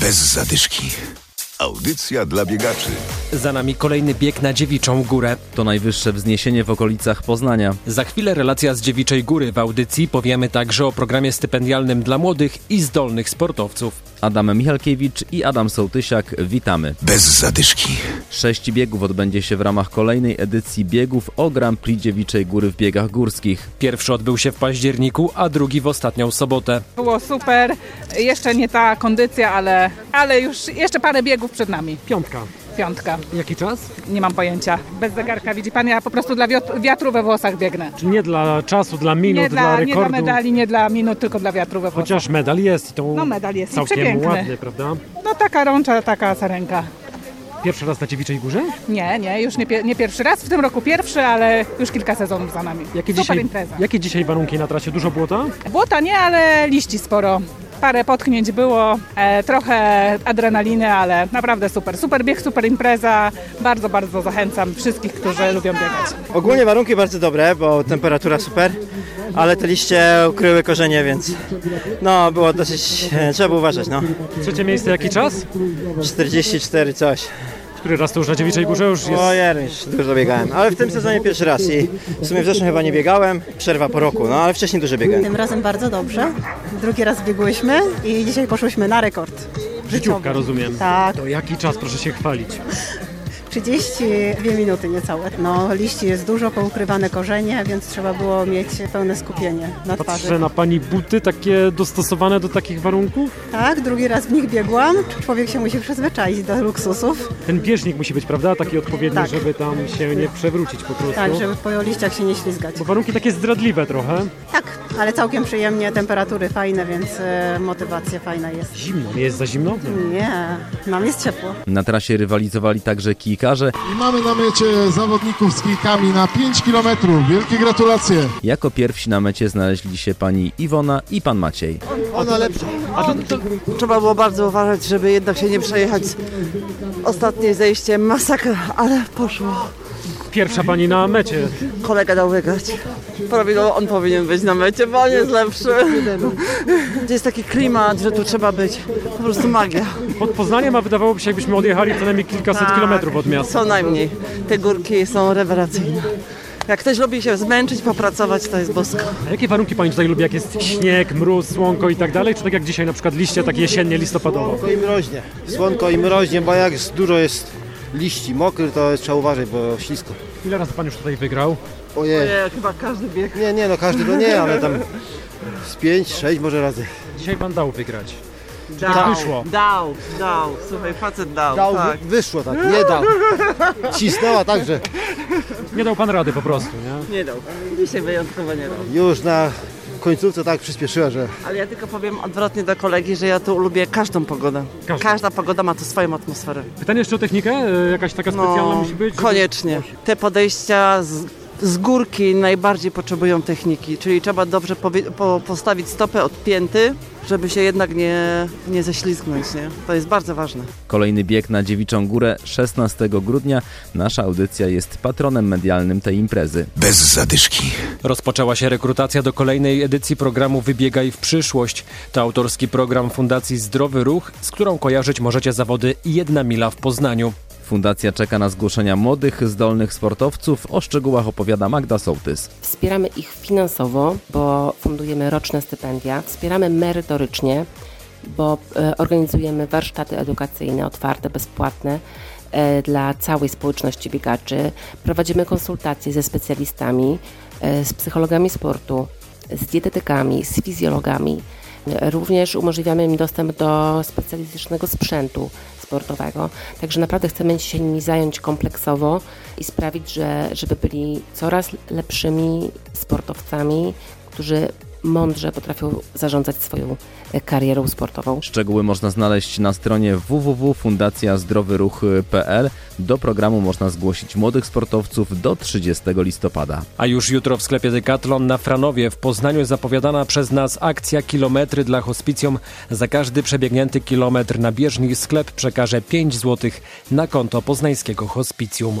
bez zadyszki. Audycja dla biegaczy. Za nami kolejny bieg na Dziewiczą Górę. To najwyższe wzniesienie w okolicach Poznania. Za chwilę relacja z Dziewiczej Góry w audycji. Powiemy także o programie stypendialnym dla młodych i zdolnych sportowców. Adam Michalkiewicz i Adam Sołtysiak, witamy. Bez zadyszki. Sześć biegów odbędzie się w ramach kolejnej edycji biegów o Grand Prix Dziewiczej Góry w biegach górskich. Pierwszy odbył się w październiku, a drugi w ostatnią sobotę. Było super. Jeszcze nie ta kondycja, ale, ale już jeszcze parę biegów przed nami. Piątka. Piątka. Jaki czas? Nie mam pojęcia. Bez zegarka widzi pan, ja po prostu dla wiot- wiatru we włosach biegnę. Czy nie dla czasu, dla minut, Nie dla, nie rekordu. dla medali, nie dla minut, tylko dla wiatru we włosach. Chociaż medal jest i to No, medal jest i całkiem przepiękny. ładny, prawda? No taka rącza, taka sarenka. Pierwszy raz na Dziewiczej Górze? Nie, nie, już nie, pie- nie pierwszy raz. W tym roku pierwszy, ale już kilka sezonów za nami. Jakie super dzisiaj, impreza. jakie dzisiaj warunki na trasie? Dużo błota? Błota nie, ale liści sporo. Parę potknięć było, e, trochę adrenaliny, ale naprawdę super. Super bieg, super impreza. Bardzo, bardzo zachęcam wszystkich, którzy lubią biegać. Ogólnie warunki bardzo dobre, bo temperatura super, ale te liście ukryły korzenie, więc no było dosyć, e, trzeba było uważać, no. Trzecie miejsce, jaki czas? 44 coś. Który raz to już na Dziewiczej Górze już jest? Ojer, już dużo biegałem, ale w tym sezonie pierwszy raz i w sumie w zeszłym chyba nie biegałem, przerwa po roku, no ale wcześniej dużo biegałem. Tym razem bardzo dobrze. Drugi raz biegłyśmy i dzisiaj poszłyśmy na rekord. Życiówka, rozumiem. Tak, To jaki czas, proszę się chwalić? 32 minuty niecałe. No, liści jest dużo, poukrywane korzenie, więc trzeba było mieć pełne skupienie na Patrzę twarzy. na Pani buty, takie dostosowane do takich warunków. Tak, drugi raz w nich biegłam. Człowiek się musi przyzwyczaić do luksusów, Ten bieżnik musi być, prawda? Taki odpowiedni, Tak. żeby tam się nie przewrócić po prostu. tak, żeby po liściach się nie ślizgać. Bo warunki takie zdradliwe trochę. Tak, ale całkiem przyjemnie, temperatury fajne, więc e, motywacja fajna jest. Zimno. Nie jest za zimno? Nie, nam jest ciepło. Na trasie rywalizowali także kijkarze. I mamy na mecie zawodników z kijkami na 5 km. Wielkie gratulacje. Jako pierwsi na mecie znaleźli się pani Iwona i pan Maciej. Trzeba było bardzo uważać, żeby jednak się nie przejechać. Ostatnie zejście, masakra, ale poszło. Pierwsza Pani na mecie. Kolega dał wygrać. Prawidłowo on powinien być na mecie, bo on jest lepszy. Gdzie jest taki klimat, że tu trzeba być. Po prostu magia. Pod Poznaniem, a wydawałoby się, jakbyśmy odjechali co najmniej kilkaset Tak, kilometrów od miasta. Co najmniej. Te górki są rewelacyjne. Jak ktoś lubi się zmęczyć, popracować, to jest bosko. A jakie warunki Pani tutaj lubi? Jak jest śnieg, mróz, słonko i tak dalej? Czy tak jak dzisiaj na przykład liście, tak jesiennie, listopadowo? Słonko i mroźnie. Słonko i mroźnie, bo jak z- dużo jest liści mokry, to trzeba uważać, bo ślisko. Ile razy Pan już tutaj wygrał? Ojej. Nie, chyba każdy bieg. Nie, nie, no każdy, no nie, ale tam z pięć, sześć może razy. Dzisiaj Pan dał wygrać. Dał, Tak. wyszło. dał, dał. Słuchaj, facet dał, Dał, tak. wyszło tak, nie dał. Cisnęła tak, także. Nie dał Pan rady po prostu, nie? Nie dał. Dzisiaj wyjątkowo nie dał. Już na końcówce tak przyspieszyła, że Ale ja tylko powiem odwrotnie do kolegi, że ja tu lubię każdą pogodę. Każdą. Każda pogoda ma tu swoją atmosferę. Pytanie jeszcze o technikę? E, Jakaś taka No, specjalna musi być? żeby- koniecznie. Te podejścia z, z górki najbardziej potrzebują techniki, czyli trzeba dobrze powie- po, postawić stopę od pięty, żeby się jednak nie, nie ześlizgnąć. Nie? To jest bardzo ważne. Kolejny bieg na Dziewiczą Górę 16 grudnia. Nasza audycja jest patronem medialnym tej imprezy. Bez zadyszki. Rozpoczęła się rekrutacja do kolejnej edycji programu Wybiegaj w przyszłość. To autorski program Fundacji Zdrowy Ruch, z którą kojarzyć możecie zawody Jedna Mila w Poznaniu. Fundacja czeka na zgłoszenia młodych, zdolnych sportowców. O szczegółach opowiada Magda Sołtys. Wspieramy ich finansowo, bo fundujemy roczne stypendia, wspieramy merytorycznie, bo e, organizujemy warsztaty edukacyjne otwarte, bezpłatne e, dla całej społeczności biegaczy. Prowadzimy konsultacje ze specjalistami, e, z psychologami sportu, z dietetykami, z fizjologami. E, Również umożliwiamy im dostęp do specjalistycznego sprzętu sportowego. Także naprawdę chcemy się nimi zająć kompleksowo i sprawić, że, żeby byli coraz lepszymi sportowcami, którzy mądrze potrafią zarządzać swoją e, karierą sportową. Szczegóły można znaleźć na stronie www.fundacjazdrowyruch.pl. Do programu można zgłosić młodych sportowców do 30 listopada. A już jutro w sklepie Decathlon na Franowie w Poznaniu zapowiadana przez nas akcja Kilometry dla hospicjum. Za każdy przebiegnięty kilometr na bieżni sklep przekaże 5 zł na konto poznańskiego hospicjum.